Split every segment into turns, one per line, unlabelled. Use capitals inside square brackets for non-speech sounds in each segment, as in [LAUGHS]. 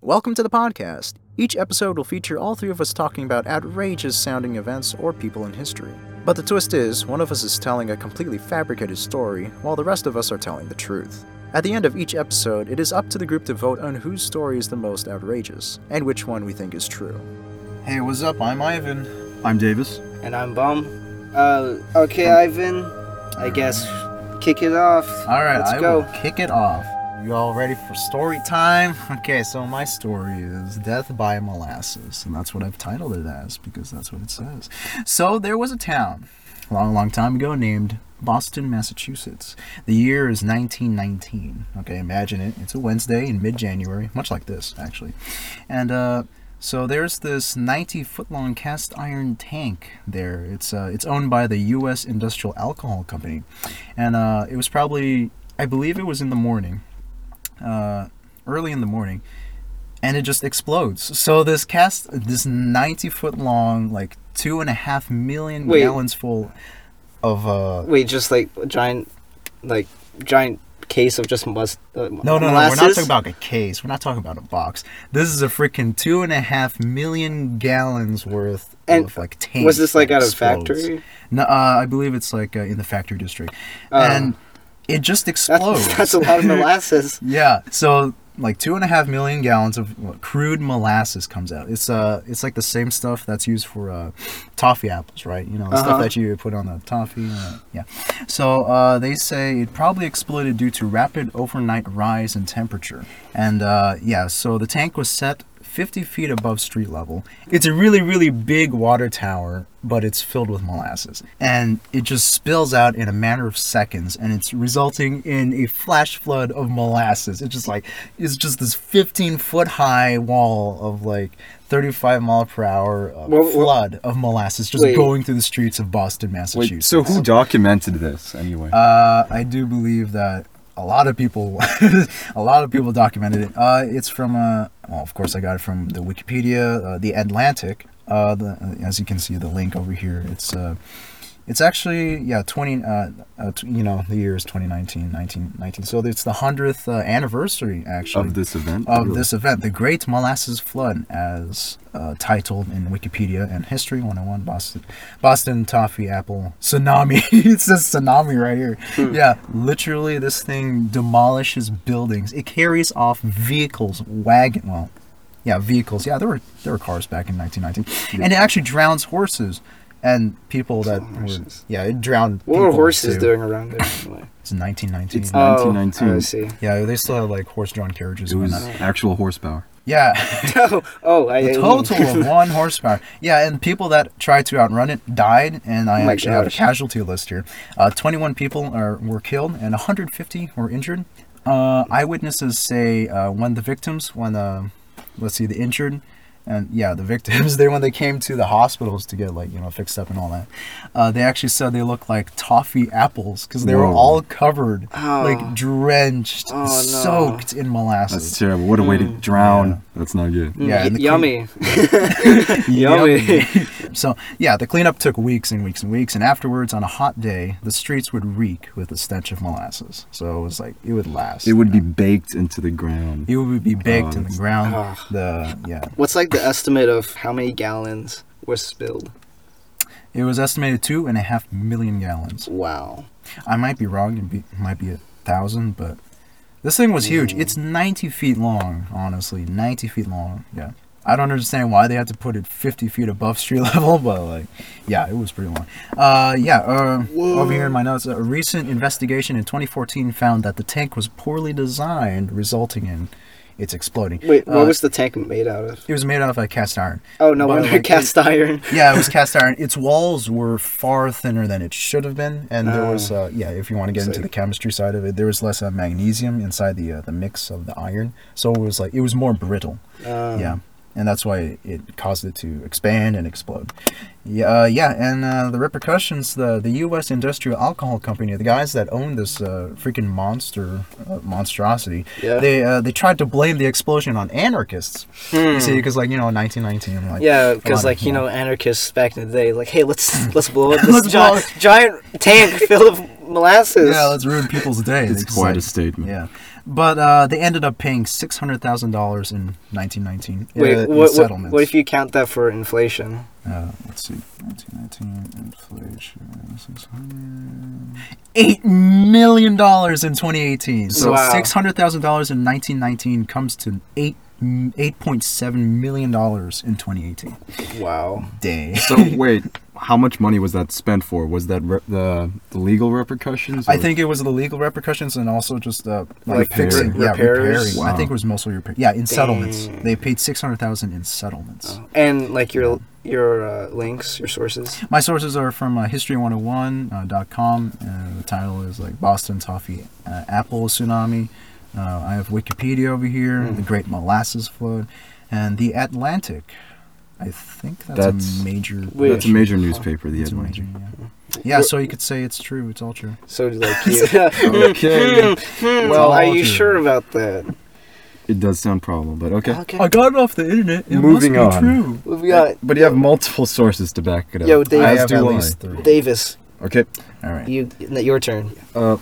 Welcome to the podcast. Each episode will feature all three of us talking about outrageous sounding events or people in history. But the twist is, one of us is telling a completely fabricated story, while the rest of us are telling the truth. At the end of each episode, it is up to the group to vote on whose story is the most outrageous, and which one we think is true. Hey, what's up? I'm Ivan.
I'm Davis.
And I'm Bum. Uh, okay, Ivan. I guess kick it off. let's go.
kick it off. You all ready for story time? [LAUGHS] Okay, so my story is Death by Molasses, and that's what I've titled it as because that's what it says. So there was a town a long, long time ago named Boston, Massachusetts. The year is 1919. Okay, imagine it. It's a Wednesday in mid January, much like this, actually. And, uh,. So there's this 90 foot long cast iron tank there. It's uh, it's owned by the U.S. Industrial Alcohol Company, and uh, it was probably I believe it was in the morning uh, early in the morning and it just explodes so this cast this 90 foot long like two and a half million
Wait.
gallons full of uh
Wait, just like a giant, like giant case of just mus- uh,
no, no, no, we're
molasses?
not talking about a case. We're not talking about a box. This is a freaking two and a half million gallons worth
And
of like tank.
was this, like, at
that
a
explodes.
factory?
No, uh, I believe it's like uh, in the factory district,
Oh.
and it just explodes.
[LAUGHS] That's, that's a lot of
[LAUGHS]
molasses.
Yeah. So like two and a half million gallons of crude molasses comes out. It's uh, it's like the same stuff that's used for uh, toffee apples, right? You know, the stuff
Uh-huh.
that you put on the toffee. Uh, yeah. So uh, they say it probably exploded due to rapid overnight rise in temperature. And uh, yeah, so the tank was set. 50 feet above street level. It's a really, really big water tower, but it's filled with molasses. And it just spills out in a matter of seconds, and it's resulting in a flash flood of molasses. It's just like, it's just this 15 foot high wall of like 35 mile per hour uh,
Well, well-
flood of molasses just
Wait.
going through the streets of Boston, Massachusetts.
Wait, so who documented this anyway?
Uh, I do believe that a lot of people, [LAUGHS] a lot of people documented it. Uh, it's from, uh, well, of course, I got it from the Wikipedia, uh, the Atlantic. Uh, the, as you can see, the link over here. It's, uh, it's actually yeah, twenty. Uh, uh, t- you know, the year is 2019, 19, 19. So it's the hundredth uh, anniversary actually
of this event?
of
Really?
this event, the Great Molasses Flood, as uh, titled in Wikipedia and History 101, Boston, Boston Toffee Apple Tsunami. [LAUGHS] it says tsunami right here.
Hmm.
Yeah, literally, this thing demolishes buildings. It carries off vehicles, wagon. Well, yeah, vehicles. Yeah, there were there were cars back in 1919, and it actually drowns horses and people that were.
Horses.
Yeah, it drowned.
What were
people,
horses
too.
doing around there? Anyway?
[LAUGHS] It's 1919.
It's-
Oh,
1919.
I see. [LAUGHS]
yeah, they still had like horse-drawn carriages.
It
and
was
whatnot.
actual horsepower.
Yeah. [LAUGHS]
Oh, oh, I
A
[LAUGHS]
total of one horsepower. Yeah, and people that tried to outrun it died, and I
Oh my
actually have a
gosh.
casualty list here. Uh, 21 people are, were killed, and 150 were injured. Uh, eyewitnesses say uh, when the victims, when uh, let's see, the injured, and yeah, the victims, [LAUGHS] they when they came to the hospitals to get like you know fixed up and all that, uh, they actually said they looked like toffee apples because they were
Whoa.
all covered, like
Oh.
drenched,
Oh, no.
soaked in molasses.
That's terrible. What a way to drown. That's not good.
yeah,
[LAUGHS]
yeah,
and the
yummy.
[LAUGHS]
Yummy.
So, yeah, the cleanup took weeks and weeks and weeks, and afterwards, on a hot day, the streets would reek with the stench of molasses. So it was like it would last.
It would be Oh, baked into the ground.
It would be baked in the
that's-
ground.
Ugh.
The yeah,
What's like the estimate of how many gallons were spilled?
it was estimated two and a half million gallons.
Wow.
I might be wrong. It be, might be a thousand, but this thing was huge. It's ninety feet long. Honestly, ninety feet long. Yeah. I don't understand why they had to put it 50 feet above street [LAUGHS] level, but like, yeah, it was pretty long. Uh, yeah, uh, over here in my notes, a recent investigation in 2014 found that the tank was poorly designed, resulting in its exploding.
Wait,
Uh,
what was the tank made out of?
It was made out of a cast iron.
Oh, no
But,
wonder [LAUGHS]
like,
cast iron.
[LAUGHS] yeah, it was cast iron. Its walls were far thinner than it should have been, and there
Oh.
was uh, yeah. If you want to get into
So-
the chemistry side of it, there was less uh, magnesium inside the uh, the mix of the iron, so it was like it was more brittle.
Um,
Yeah, and that's why it caused it to expand and explode. Yeah, uh, yeah, and uh, the repercussions. The the U.S. Industrial Alcohol Company, the guys that owned this uh, freaking monster uh, monstrosity,
Yeah.
they uh, they tried to blame the explosion on anarchists. You see, because like you know, 1919, like
Yeah,
a lot
because
of-
like you
yeah.
know, anarchists back in the day, like, hey,
[LAUGHS]
let's let's blow up
Let's
this
blow
gi-
[LAUGHS]
giant tank filled of molasses.
Yeah, let's ruin people's day.
It's
They
quite a
just,
statement.
Yeah, But uh, they ended up paying six hundred thousand dollars in nineteen nineteen uh,
Wait,
in
what, what,
settlements.
what if you count that for inflation?
uh, let's see, nineteen nineteen inflation six hundred eight million dollars in twenty eighteen. So
Wow.
six hundred thousand dollars in nineteen nineteen comes to eight eight point seven million dollars in twenty eighteen.
Wow.
Day.
[LAUGHS] So wait, how much money was that spent for? Was that re- the, the legal repercussions?
I
or-
think it was the legal repercussions and also just uh, like,
Like
fixing,
re-
yeah,
repairs?
repairing. I think it was mostly repair. Yeah, in settlements,
Dang.
they paid six hundred thousand in
Oh.
settlements.
And like your your uh, links, your sources.
My sources are from uh, history101.com. Uh, the title is like Boston Toffee uh, Apple Tsunami. Uh, I have Wikipedia over here, the Great Molasses Flood, and the Atlantic. I think that's,
That's-
a major.
Wait.
that's a major newspaper. The
It's a major,
Atlantic.
yeah. yeah, so you could say it's true. It's all true.
So
[LAUGHS]
like [LAUGHS] you.
[LAUGHS] Okay,
well, are
all
you
true.
sure about that?
it does sound probable, but okay.
Okay.
I got it off the internet. It
Moving
must be
on.
true.
We've got
But you have multiple sources to back it up.
Yo, Dave.
I
As
have
do
at least three.
Davis.
Okay.
All right.
You, your turn.
uh,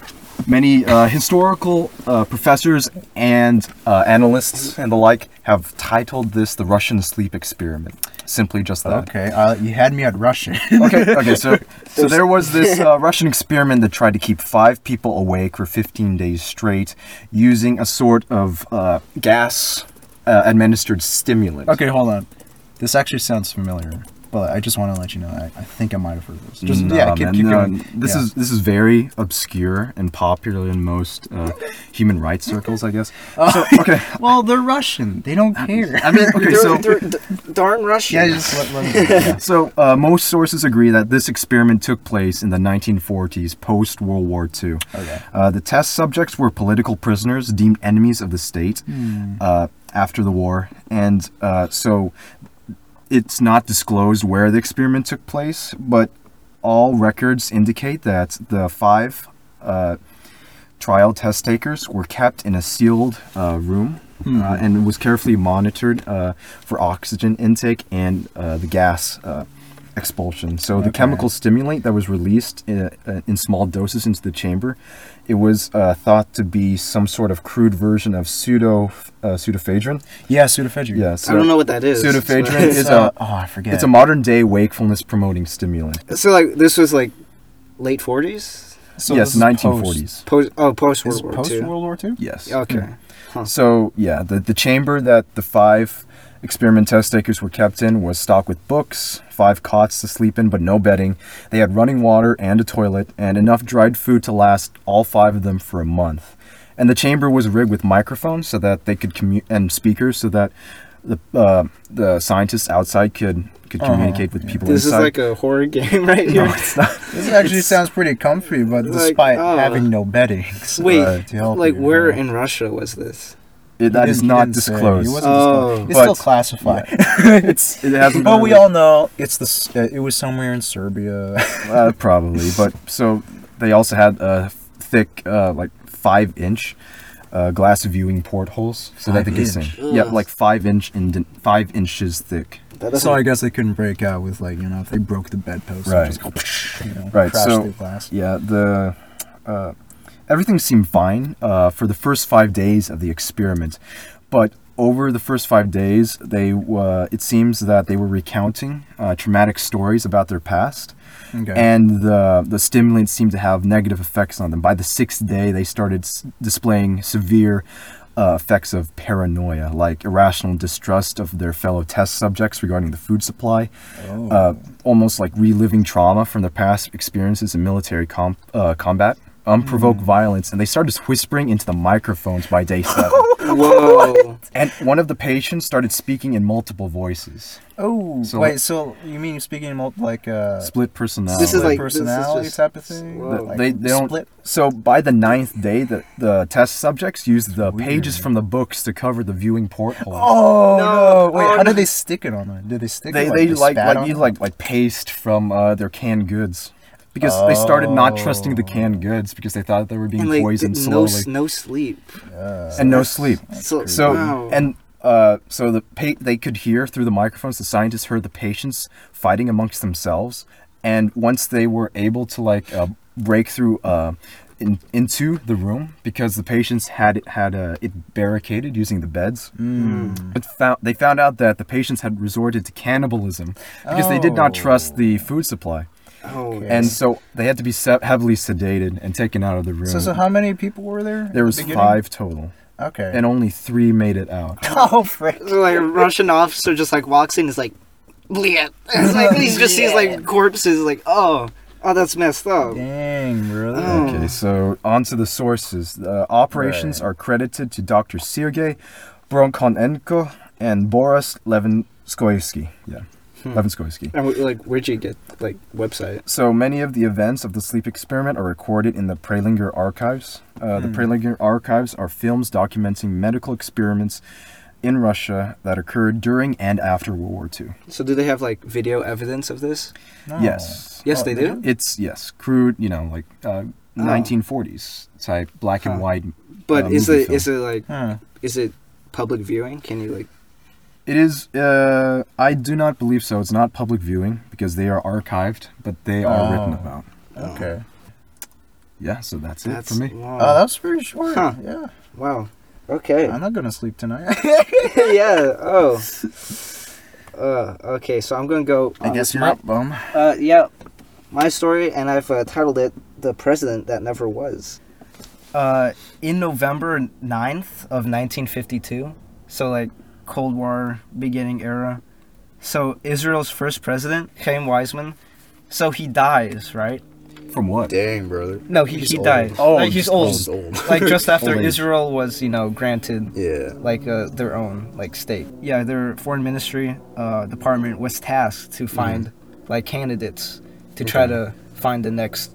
many uh, historical uh, professors and uh, analysts and the like have titled this the Russian sleep experiment. Simply just that.
Okay, uh, you had me at Russian. [LAUGHS]
Okay. Okay. So, so there was this uh, Russian experiment that tried to keep five people awake for 15 days straight using a sort of uh, gas uh, administered stimulant.
okay, hold on. This actually sounds familiar, but I just want to let you know I, I think I might have heard this. Just yeah,
Nah,
keep,
man,
keep
no,
going.
Um, This
Yeah.
is this is very obscure and popular in most uh, human rights circles, I
[LAUGHS]
guess.
Oh,
So, okay.
well, they're Russian. They don't
Uh, [LAUGHS]
care.
I
[LAUGHS]
mean, okay.
Dar-
So
dar- d- darn Russian.
yeah, just let, let me-
So, uh, most sources agree that this experiment took place in the 1940s, post World War II.
Okay.
Uh, the test subjects were political prisoners deemed enemies of the state
Hmm.
uh, after the war, and uh, so it's not disclosed where the experiment took place, but all records indicate that the five uh, trial test takers were kept in a sealed uh, room
Hmm.
uh, and was carefully monitored uh, for oxygen intake and uh, the gas uh, expulsion. So the chemical stimulant that was released in, uh, in small doses into the chamber, it was uh, thought to be some sort of crude version of pseudo uh, pseudophedrin.
[LAUGHS] yeah, pseudoephedrine.
Yeah, so
I don't know what that is.
Pseudoephedrine
So- [LAUGHS]
is
It's
a-
a, oh, I forget.
it's a modern day wakefulness promoting stimulant.
So like this was like late forties.
so
yes,
this is
1940s.
Post oh post
Post,
World
is
War
post
II.
World War Two.
Yes.
Okay.
So yeah, the the chamber that the five experiment test takers were kept in was stocked with books, five cots to sleep in, but no bedding. They had running water and a toilet, and enough dried food to last all five of them for a month. And the chamber was rigged with microphones so that they could commu- and speakers so that the uh, the scientists outside could could communicate with people
This is
inside.
like a horror [LAUGHS] game right here.
no, it's not.
This actually sounds pretty comfy, but
Like,
despite
uh,
having no beddings,
[LAUGHS] Wait,
uh, to help
like
you,
where
yeah.
in Russia was this?
It, that is
He didn't- he
not
didn't say. He
disclosed.
wasn't
Oh.
disclosed. It's
But-
still classified.
[LAUGHS] it's it hasn't.
[LAUGHS]
But
been
we
released.
all know it's the. s- Uh, it was somewhere in Serbia. [LAUGHS]
uh, probably. But so they also had uh, thick, uh, like five inch uh, glass viewing portholes, so that they could
Five
see.
inch?
Yeah,
Ugh.
like five inch and five inches thick.
That doesn't.
So
[LAUGHS]
I guess they couldn't break out with like you know if they broke the bedpost,
Right.
and just go, you know,
Right,
crash
so-
through glass.
Yeah, the uh, everything seemed fine uh, for the first five days of the experiment, but over the first five days, they uh, it seems that they were recounting uh, traumatic stories about their past.
Okay.
and the the stimulants seemed to have negative effects on them. By the sixth day, they started s- displaying severe uh, effects of paranoia, like irrational distrust of their fellow test subjects regarding the food supply, uh, almost like reliving trauma from their past experiences in military com- uh, combat. Unprovoked violence, and they started whispering into the microphones by day seven. [LAUGHS]
Whoa.
and one of the patients started speaking in multiple voices,
oh,
so-
wait. So you mean speaking about like uh,
split personality.
This is like-
split
this is
personality
just-
type of thing?
Whoa.
Like,
they, they don't
split.
so by the ninth day the, the test subjects used the pages
weird.
from the books to cover the viewing porthole
Oh
No,
no! Wait,
oh,
how
no.
did they stick it on them? Did they stick?
they
it,
they like
spat
like
on
you
it?
like like paste from uh, their canned goods because they started not trusting the canned goods because they thought they were being
and like
poisoned
no
slowly
s- no sleep.
and no sleep
So,
so
wow.
and uh, so the pa- they could hear through the microphones the scientists heard the patients fighting amongst themselves and once they were able to like uh, break through uh, in, into the room because the patients had it had uh, it barricaded using the beds.
Hmm.
It found, they found out that the patients had resorted to cannibalism because they did not
Oh.
trust the food supply,
Oh,
and so they had to be se- heavily sedated and taken out of the room.
So, so how many people were there? at
there
the
was
beginning?
five total,
Okay. [LAUGHS]
and only three made it out.
oh, frick.
So like a Russian officer just like walks in, is like, bleh. [LAUGHS] It's like he just sees like corpses, like oh, oh that's messed up.
Dang, really?
Okay, so on to the sources. The operations are credited to Dr. Sergei Bronkonenko and Boris Levinskoysky. Yeah, Levinskoysky.
And we- like, where'd you get like website?
So many of the events of the sleep experiment are recorded in the Prelinger archives. Uh, The Prelinger archives are films documenting medical experiments in Russia that occurred during and after World War II.
So do they have like video evidence of this?
No.
Yes.
Yes, they do.
It's, yes, crude, you know, like uh, 1940s type black and
Huh.
white.
But
uh,
is
movie
it
film.
is it like
Huh.
is it public viewing? Can you like?
It is. Uh, I do not believe so. It's not public viewing because they are archived, but they are written
Oh.
about.
Okay.
Yeah, so that's,
That's
it for me. Uh,
Wow.
Oh, that was pretty short.
Huh.
Yeah.
wow. Okay.
I'm not gonna sleep tonight.
[LAUGHS]
[LAUGHS]
yeah. Oh. Uh, okay. So I'm gonna go. on with my-
bum.
Uh, yeah, my story, and I've uh, titled it "The President That Never Was."
Uh, in November 9th of 1952, so like Cold War beginning era. So Israel's first president, Chaim Weizmann, so he dies, right?
From what?
Dang, brother.
No, he,
He's
he
old.
dies.
Oh,
like, he's old.
just old.
like
[LAUGHS]
just after
Old age.
Israel was, you know, granted
Yeah.
like uh, their own like state. Yeah, their foreign ministry uh, department was tasked to find
Mm-hmm.
like candidates to try to find the next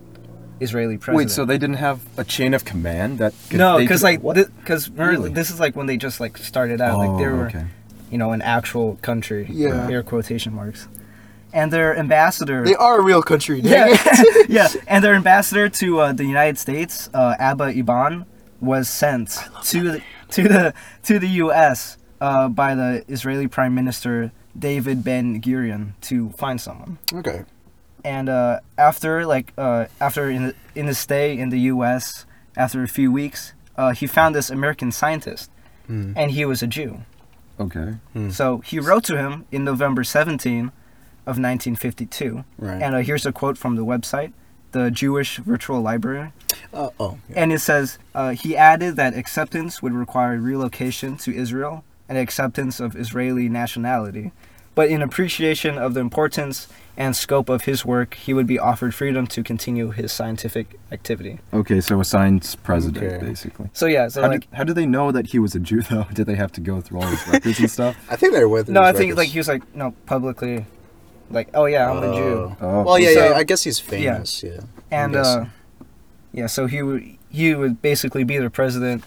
Israeli president.
Wait, so they didn't have a chain of command that? Could,
no,
they
because
could-
like
what?
because
Really?
this is like when they just like started out,
Oh,
like they were
okay.
you know an actual country.
Yeah.
air quotation marks. And their ambassador.
are a real country.
[LAUGHS]
yeah, [LAUGHS] yeah, and their ambassador to uh, the United States, uh, Abba Iban, was sent to the, to the to the U.S. Uh, by the Israeli Prime Minister David Ben Gurion to find someone.
Okay.
And uh, after like uh, after in in his stay in the U.S. after a few weeks, uh, he found this American scientist,
Hmm.
and he was a Jew.
Okay.
So he wrote to him in November 17 of 1952.
Right.
And uh, here's a quote from the website, the Jewish Virtual Library.
Uh oh.
And it says, uh, he added that acceptance would require relocation to Israel and acceptance of Israeli nationality. But in appreciation of the importance and scope of his work, he would be offered freedom to continue his scientific activity.
Okay, so a science president,
Okay.
basically.
So yeah, so
How,
like,
did, how did they know that he was a Jew, [LAUGHS] though? Did they have to go through all his records and stuff?
I think they're with.
no, I think like he was like, no, publicly, like, oh yeah, I'm a Jew.
Oh,
Well, yeah,
So-
yeah. I guess he's famous. Yeah.
and
Yes.
uh, yeah, so he would he would basically be their president,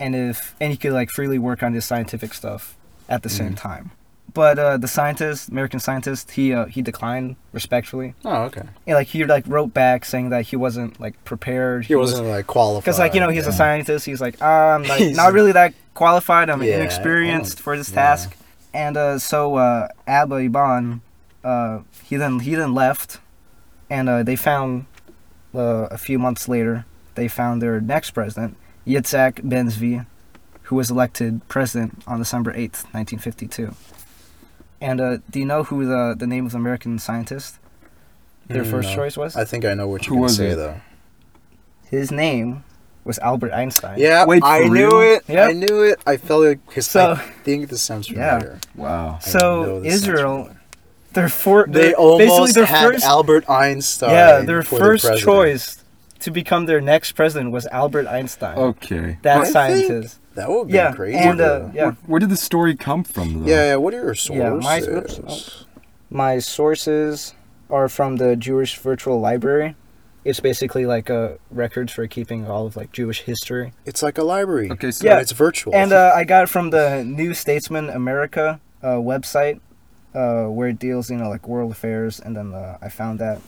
and if and he could like freely work on his scientific stuff at the
Mm-hmm.
same time. But uh, the scientist, American scientist, he uh, he declined respectfully.
Oh, okay.
And, like he like wrote back saying that he wasn't like prepared.
He wasn't like qualified.
because like you know he's a scientist. He's like "Ah, I'm like,
[LAUGHS] He's-
not really that qualified. I'm
Yeah, I
inexperienced
don't-
for this
yeah.
task. And uh, so uh, Abba Iban, uh, he then he then left, and uh, they found uh, a few months later they found their next president Yitzhak Ben-Zvi, who was elected president on December eighth, nineteen fifty-two. And uh, do you know who the the name of the American scientist, their
Mm,
first
no.
choice was?
I think I know what
Who
you're gonna
was
say
it?
though.
His name was Albert Einstein.
Yeah,
Wait,
I
for
knew
real?
it.
Yep.
I knew it. I felt like his.
So-
I think this sounds
Yeah.
familiar.
wow.
I know
So
this sounds
Israel,
familiar.
their four,
They
their-
almost
their
had
first,
Albert Einstein.
yeah, their
for
first
president.
choice to become their next president was Albert Einstein.
Okay.
that
Oh, I think-
scientist.
That would be
Yeah,
crazy.
and uh,
though.
yeah,
Where did the story come from, though?
yeah, yeah. What are your
Yeah,
sources?
my- my sources are from the Jewish Virtual Library. It's basically like uh, records for keeping all of like Jewish history.
It's like a library.
Okay, so
but
Yeah.
it's virtual.
And uh, I got it from the New Statesman America uh, website. Uh, where it deals, you know, like world affairs, and then uh, I found that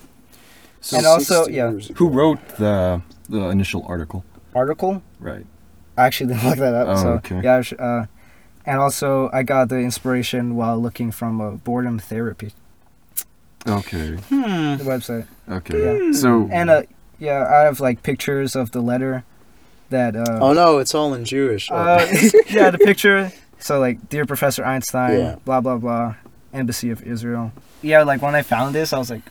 So
and also-
60
yeah.
years
Who
ago.
wrote the the initial article?
article.
Right.
I actually [LAUGHS] didn't look that up.
Oh,
so
okay.
yeah, I sh- uh, and also I got the inspiration while looking from a boredom therapy
Okay.
website.
Okay. So
And uh, yeah, I have like pictures of the letter that. Uh,
Oh no, it's all in Jewish. Oh. [LAUGHS]
Uh, yeah, the picture. So like, dear Professor Einstein,
Yeah.
blah blah blah, Embassy of Israel. Yeah, like when I found this, I was like,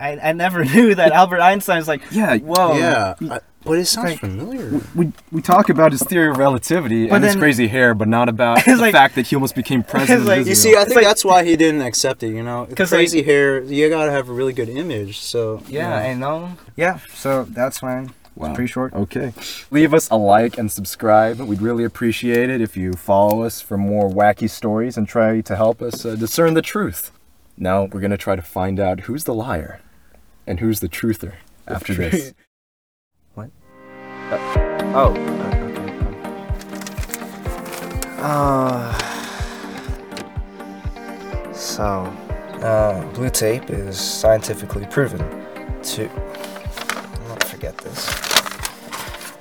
I, I never [LAUGHS] knew that Albert Einstein's like,
Yeah,
whoa,
yeah.
I- but it sounds
like-
familiar.
we, we talk about his theory of relativity
But
and his
then-
crazy hair, but not [LAUGHS] about the
It's like-
fact that he almost [LAUGHS] became president.
like-
of
You
You
Israel.
see, I think
like-
that's why he didn't accept it. You know,
'Cause,
crazy hair. You gotta have a really good image. So
yeah, I know. Yeah, so that's mine.
Wow.
It's pretty short.
Okay. Leave us a like and subscribe. We'd really appreciate it if you follow us for more wacky stories and try to help us uh, discern the truth. Now we're going to try to find out who's the liar and who's the truther after [LAUGHS] this. What? oh.
Uh, so, uh, blue tape is scientifically proven to. I'm gonna forget this.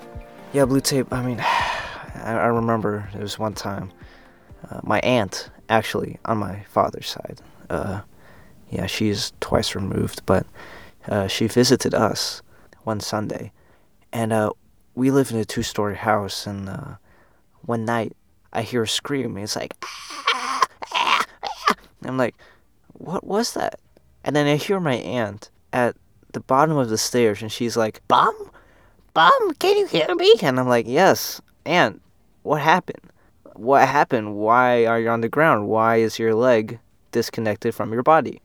Yeah, blue tape. I mean, [SIGHS] I, I remember there was one time uh, my aunt, actually, on my father's side. Uh, yeah, she's twice removed, but uh, she visited us one Sunday, and uh, we live in a two-story house, and uh, one night I hear a scream. And it's like, [LAUGHS] and I'm like, what was that? And then I hear my aunt at the bottom of the stairs, and she's like, Bum, Bum, can you hear me? And I'm like, Yes, aunt, what happened? What happened? Why are you on the ground? Why is your leg disconnected from your body?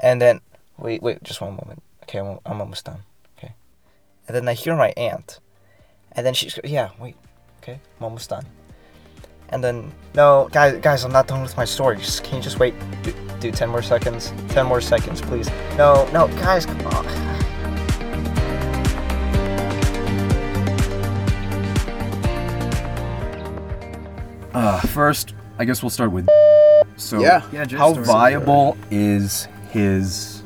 And then, wait, wait, just one moment. Okay, I'm, I'm almost done. Okay. And then I hear my aunt. And then she's, yeah, wait, okay, I'm almost done. And then, no, guys, guys, I'm not done with my story. Just, can you just wait? Do, do 10 more seconds. 10 more seconds, please. No, no, guys, come on.
Uh, first, I guess we'll start with. So,
Yeah.
Yeah, Joe's
how
story.
viable is his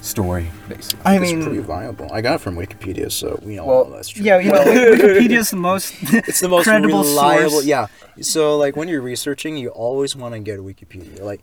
story, basically?
I
it's pretty viable. I got it from Wikipedia, so we all know that's true. [LAUGHS]
yeah,
[LAUGHS]
you know, Wikipedia's the most
It's the most
credible
reliable.
source.
Yeah. So like when you're researching, you always want to get Wikipedia.
[LAUGHS]
Like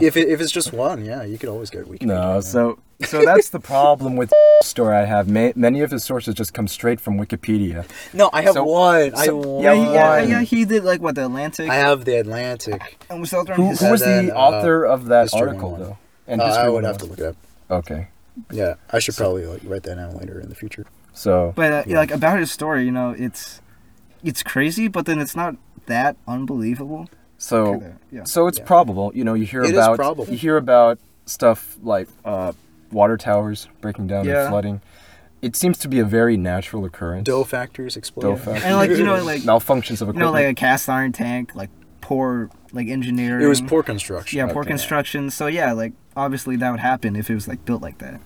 if it, if it's just one, yeah, you could always get Wikipedia.
No, so so that's the problem with [LAUGHS] story I have. Ma many of his sources just come straight from Wikipedia.
No, I have
So-
one. I
so-
have one.
Yeah, he, yeah, yeah, he did like what the Atlantic
I have the Atlantic.
and was out there
Who,
on his
who was
And then,
the
uh,
author of that
History
article,
101.
though? And
Uh,
History
I would
101.
have to look it up.
Okay,
Yeah, I should probably like write that down later in the future.
so
But uh, like about his story, you know, it's it's crazy, but then it's not that unbelievable.
Oh.
so
Yeah.
so it's probable. You know, you hear
It is
about
probable.
you hear about stuff like uh, water towers breaking down
Yeah.
and flooding. It seems to be a very natural occurrence.
Dough factors explode.
Doe factor.
And like you know, like you
malfunctions of equipment.
know, like a cast iron tank, like poor like engineering.
It was poor construction.
Yeah, poor
Okay.
construction. So yeah, like obviously that would happen if it was like built like that.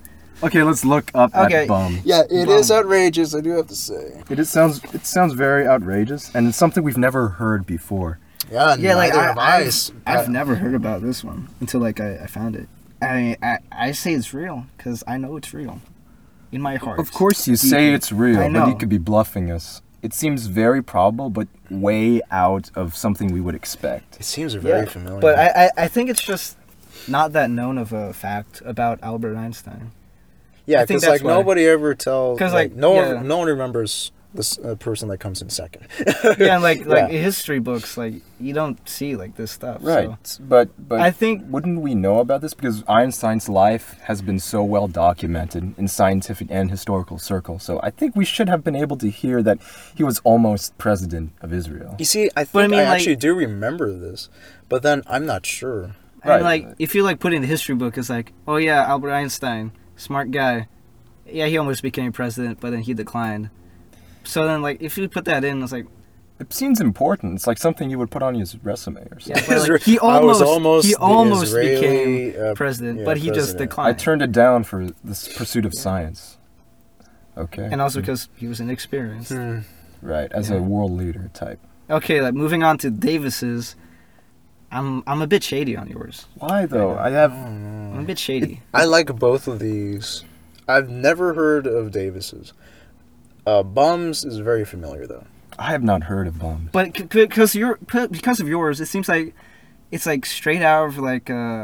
okay, let's look up
Okay.
at bum.
Yeah, it is outrageous. I do have to say.
It is, sounds it sounds very outrageous, and it's something we've never heard before.
Yeah,
Yeah, like
neither
I,
have I.
I've, I've never heard about this one until like I, I found it. I mean, I, I say it's real because I know it's real, in my heart.
Of course, you say it's real,
I
but
know.
you could be bluffing us. It seems very probable, but way out of something we would expect.
It seems very familiar.
But I, I, I think it's just not that known of a fact about Albert
[LAUGHS]
Einstein.
yeah,
I think
because
that's
like
why.
nobody ever tells.
'Cause,
Because
like,
like, no
yeah.
one, no one remembers this uh, person that comes in second.
yeah, and like like
Yeah.
history books, like you don't see like this stuff.
Right,
So.
but but
I think-
wouldn't we know about this because Einstein's life has been so well documented in scientific and historical circles. So I think we should have been able to hear that he was almost president of Israel.
You see, I think
I
I,
mean, like-
actually do remember this, but then I'm not sure.
And
Right.
like if you like put it in the history book, it's like, oh yeah, Albert Einstein, smart guy. Yeah, he almost became president, but then he declined. So then, like, if you put that in,
[LAUGHS]
it's like,
It seems important. It's like something you would put on his resume or something.
yeah, but, like, he
I was
almost,
almost
he
the
almost
Israeli,
became
uh,
president,
yeah,
but he just
president.
I
declined.
turned it down for this pursuit of science. Okay.
and
Hmm.
also because he was inexperienced.
right, as a world leader type.
Okay, like moving on to Davis's. I'm I'm a bit shady on yours.
Why though? I have
I'm a bit shady.
I like both of these. I've never heard of Davis's. Uh, Bums is very familiar though.
I have not heard of bombs.
But because you're because of yours, it seems like it's like straight out of like uh,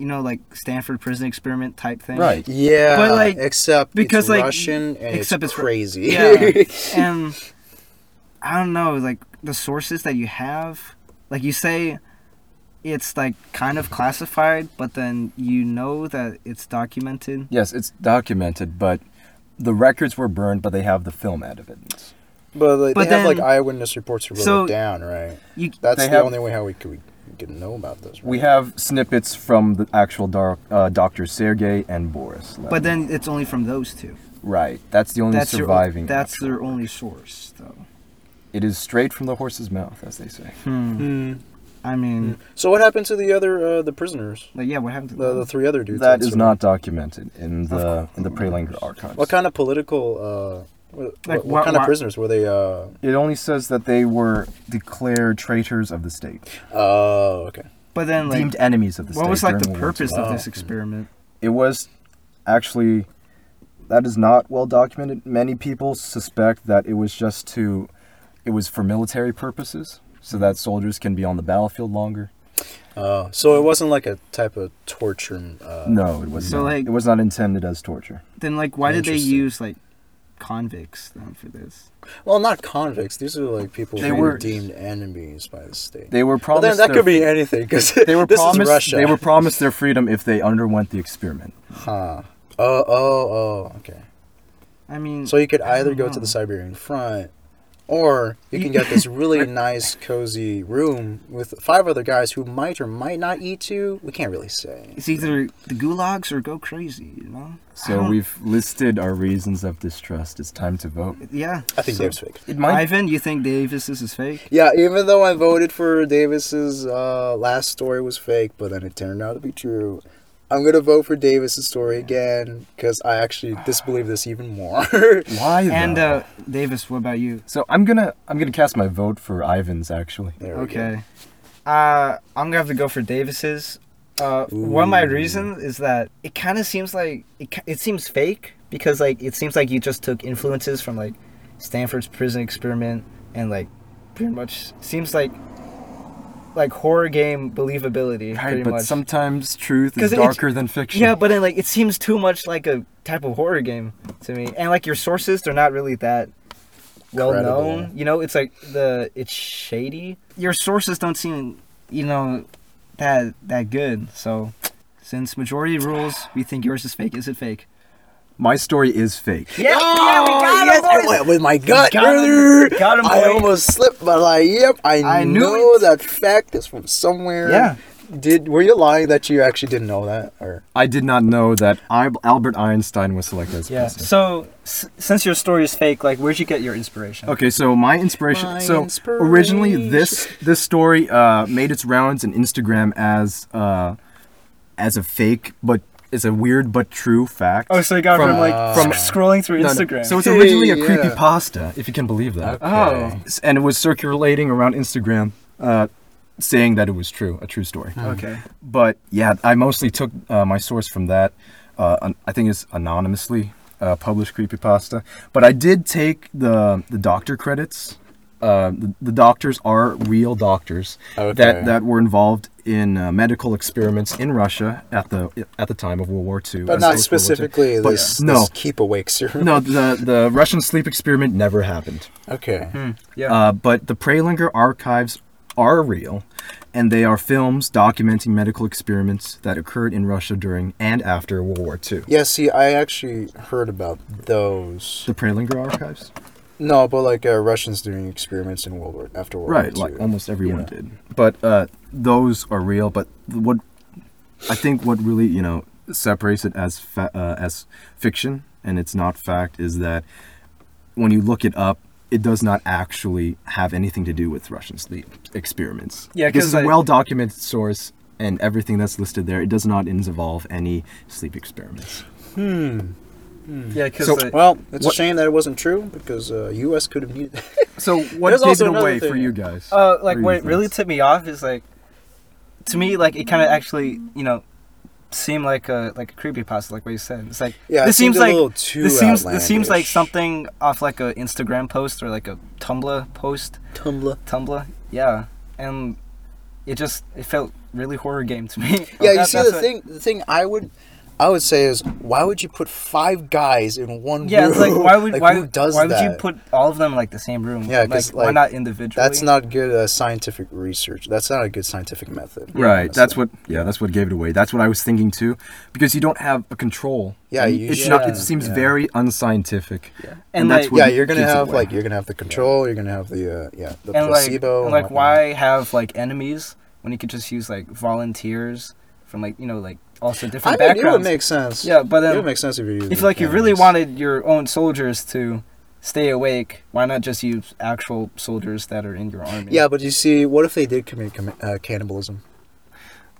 you know, like Stanford prison experiment type thing.
Right.
Yeah,
But, like,
except
because,
it's
like,
Russian and
except
it's
it's Ru-
crazy.
Yeah. and I don't know, like the sources that you have, like you say it's like kind of classified, but then you know that it's documented.
Yes, it's documented, but the records were burned, but they have the film evidence.
[LAUGHS] but like,
But
they have like
then-
eyewitness reports who wrote
so-
it down, right?
You
That's
They
the
have-
only way how we could we could know about this. Right?
We have snippets from the actual doc, uh, Dr. Sergei and Boris. Levin.
but then it's only from those two.
right, that's the only
That's
surviving.
your that's
actual-
their only source though.
It is straight from the horse's mouth, as they say.
Hmm.
I mean,
So what happened to the other uh, the prisoners?
like yeah, what happened to
The, the
them?
three other dudes.
that
that
is
survived?
not documented in the in the Prelinger archives.
What kind of political? Uh, what,
Like,
what, what
wha-
kind of
wha-
prisoners were they? Uh,
It only says that they were declared traitors of the state,
oh, okay.
But then like
deemed enemies of the state.
what was like
during
the
World War
purpose
Wow.
of this experiment?
it was actually that is not well documented many people suspect that it was just to it was for military purposes so that soldiers can be on the battlefield longer
Oh, so it wasn't like a type of torture. Uh,
no it was
So,
not.
like-
it was not intended as torture
Then like why did they
Interesting.
use like convicts then for this?
Well, not convicts. These are like people
They
who were
were-
deemed enemies by the state.
they were
But
promised
then that
their-
could be anything because
[LAUGHS] they were
this
promised
is Russia.
they were promised their freedom if they underwent the experiment
Huh. Oh, oh, oh. Okay.
I mean
So you could
I
either
don't
go to
know.
the Siberian front, or you can get
[LAUGHS]
this really nice, cozy room with five other guys who might or might not eat you. We can't really say.
It's either the gulags or go crazy, you know? I
so
don't-
we've listed our reasons of distrust it's time to vote
Yeah.
I think
so-
Dave's fake.
it might
Ivan, you think Davis is
[LAUGHS]
is fake?
Yeah, even though I voted for Davis's uh, last story was fake, but then it turned out to be true. I'm gonna vote for Davis's story again because I actually disbelieve this even more. [LAUGHS]
why though?
And uh, Davis, what about you?
so i'm gonna i'm gonna cast my vote for ivan's actually
There we go.
Okay. Uh, I'm gonna have to go for Davis's. Uh, one of my reason is that it kind of seems like it, ki- it seems fake because like it seems like you just took influences from like Stanford's prison experiment and like pretty much seems like like horror game believability pretty
Right, but
much.
sometimes truth is
'Cause it's-
darker than fiction.
yeah, but then like it seems too much like a type of horror game to me, and like your sources, they're not really that well
Credible.
known. You know, it's like the it's shady. Your sources don't seem, you know, that that good. So, since majority rules, we think yours is fake. Is it fake?
my story is fake.
Yeah,
Oh, yes, I went with my gut,
got him.
brother.
Got him,
I
boy.
almost slipped, but like, yep, I,
I knew
know
it.
that fact is from somewhere.
Yeah.
Did were you lying that you actually didn't know that, or
I did not know that I, Albert Einstein was selected as
Yeah.
president.
So, s- since your story is fake, like, where'd you get your inspiration?
Okay, so my inspiration.
My
so originally, this this story uh, made its rounds in Instagram as uh, as a fake, but it's a weird but true fact.
Oh, so you got from, like
from
from scrolling through
uh, No, no.
Instagram.
So it's originally a
Hey, yeah.
creepy pasta, if you can believe that.
Oh.
S- And it was circulating around Instagram, uh, saying that it was true, a true story.
okay.
but yeah, I mostly took uh, my source from that. Uh, an- I think it's anonymously uh, published creepypasta, but I did take the the doctor credits. Uh, the, the doctors are real doctors
Okay.
that, that were involved in uh, medical experiments in Russia at the at the time of World War II.
but
as well
not
as World War II.
specifically
But
this,
no,
this keep awake serum?
no, the the Russian sleep experiment never happened.
[LAUGHS] Okay.
Yeah.
Uh, but the Prelinger archives are real, and they are films documenting medical experiments that occurred in Russia during and after World War II.
Yeah. See, I actually heard about those.
The Prelinger archives,
No, but like uh, Russians doing experiments in World War after World
right?
War II.
Like almost everyone did. But uh, those are real. But th- what I think what really you know separates it as fa- uh, as fiction and it's not fact is that when you look it up. It does not actually have anything to do with Russian sleep experiments.
Yeah,
this
'cause
is a
I-
well-documented source, and everything that's listed there, it does not involve any sleep experiments.
yeah. Because
Mm. so-
Well, it's
What-
a shame that it wasn't true because uh, U.S. could have needed. [LAUGHS]
So, what
There's
did
also
it away
another
for
thing.
you guys?
Uh, like
What
what
are
it
your
really
thoughts?
tipped me off is like, to me, like it kind of actually, you know, seemed like a like a creepy pasta, like what you said. It's like
Yeah, it
this
seemed
seems
a
like
little too
this seems this seems like
outlandish.
something off like a Instagram post or like a Tumblr post.
Tumblr.
Tumblr, yeah, and it just it felt really horror game to me.
[LAUGHS] Yeah, you
That-
see
Oh, that's
the
what-
thing. The thing I would, I would say is, why would you put five guys in one
Yeah,
room?
it's like why would why,
who does
why
that?
would you put all of them in, like the same room?
Yeah, 'cause,
like, why
like,
not individually?
That's not good uh, scientific research. That's not a good scientific method.
Right. That's what. Yeah, that's what gave it away. That's what I was thinking too, because you don't have a control.
Yeah,
And
you
it's
should-
not.
yeah,
It seems
yeah.
very unscientific. Yeah.
And like-
Yeah, you're gonna have like
your
you're gonna have the control. You're gonna have the uh, yeah the
and
placebo.
like, and, like
whatnot.
why have like enemies when you could just use like volunteers from like you know like also
I
different
mean, it would
backgrounds.
make sense.
Yeah, but
it
then
would make sense um, if you.
if like you really wanted your own soldiers to stay awake, why not just use actual soldiers that are in your army?
Yeah, but you see, what if they did commit com- uh, cannibalism?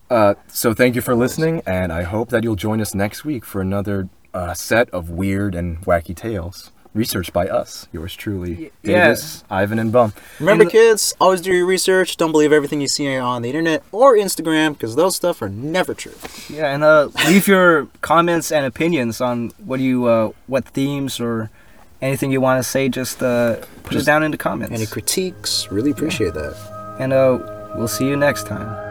Uh, so thank you for listening, and I hope that you'll join us next week for another uh, set of weird and wacky tales researched by us. Yours truly,
yeah.
Davis, Ivan, and Bump.
Remember, kids, always do your research. Don't believe everything you see on the internet or Instagram because those stuff are never true.
Yeah, and uh, leave your comments and opinions on what you uh, what themes or anything you want to say. Just uh, put it down in the comments.
Any critiques? Really appreciate that.
and uh, we'll see you next time.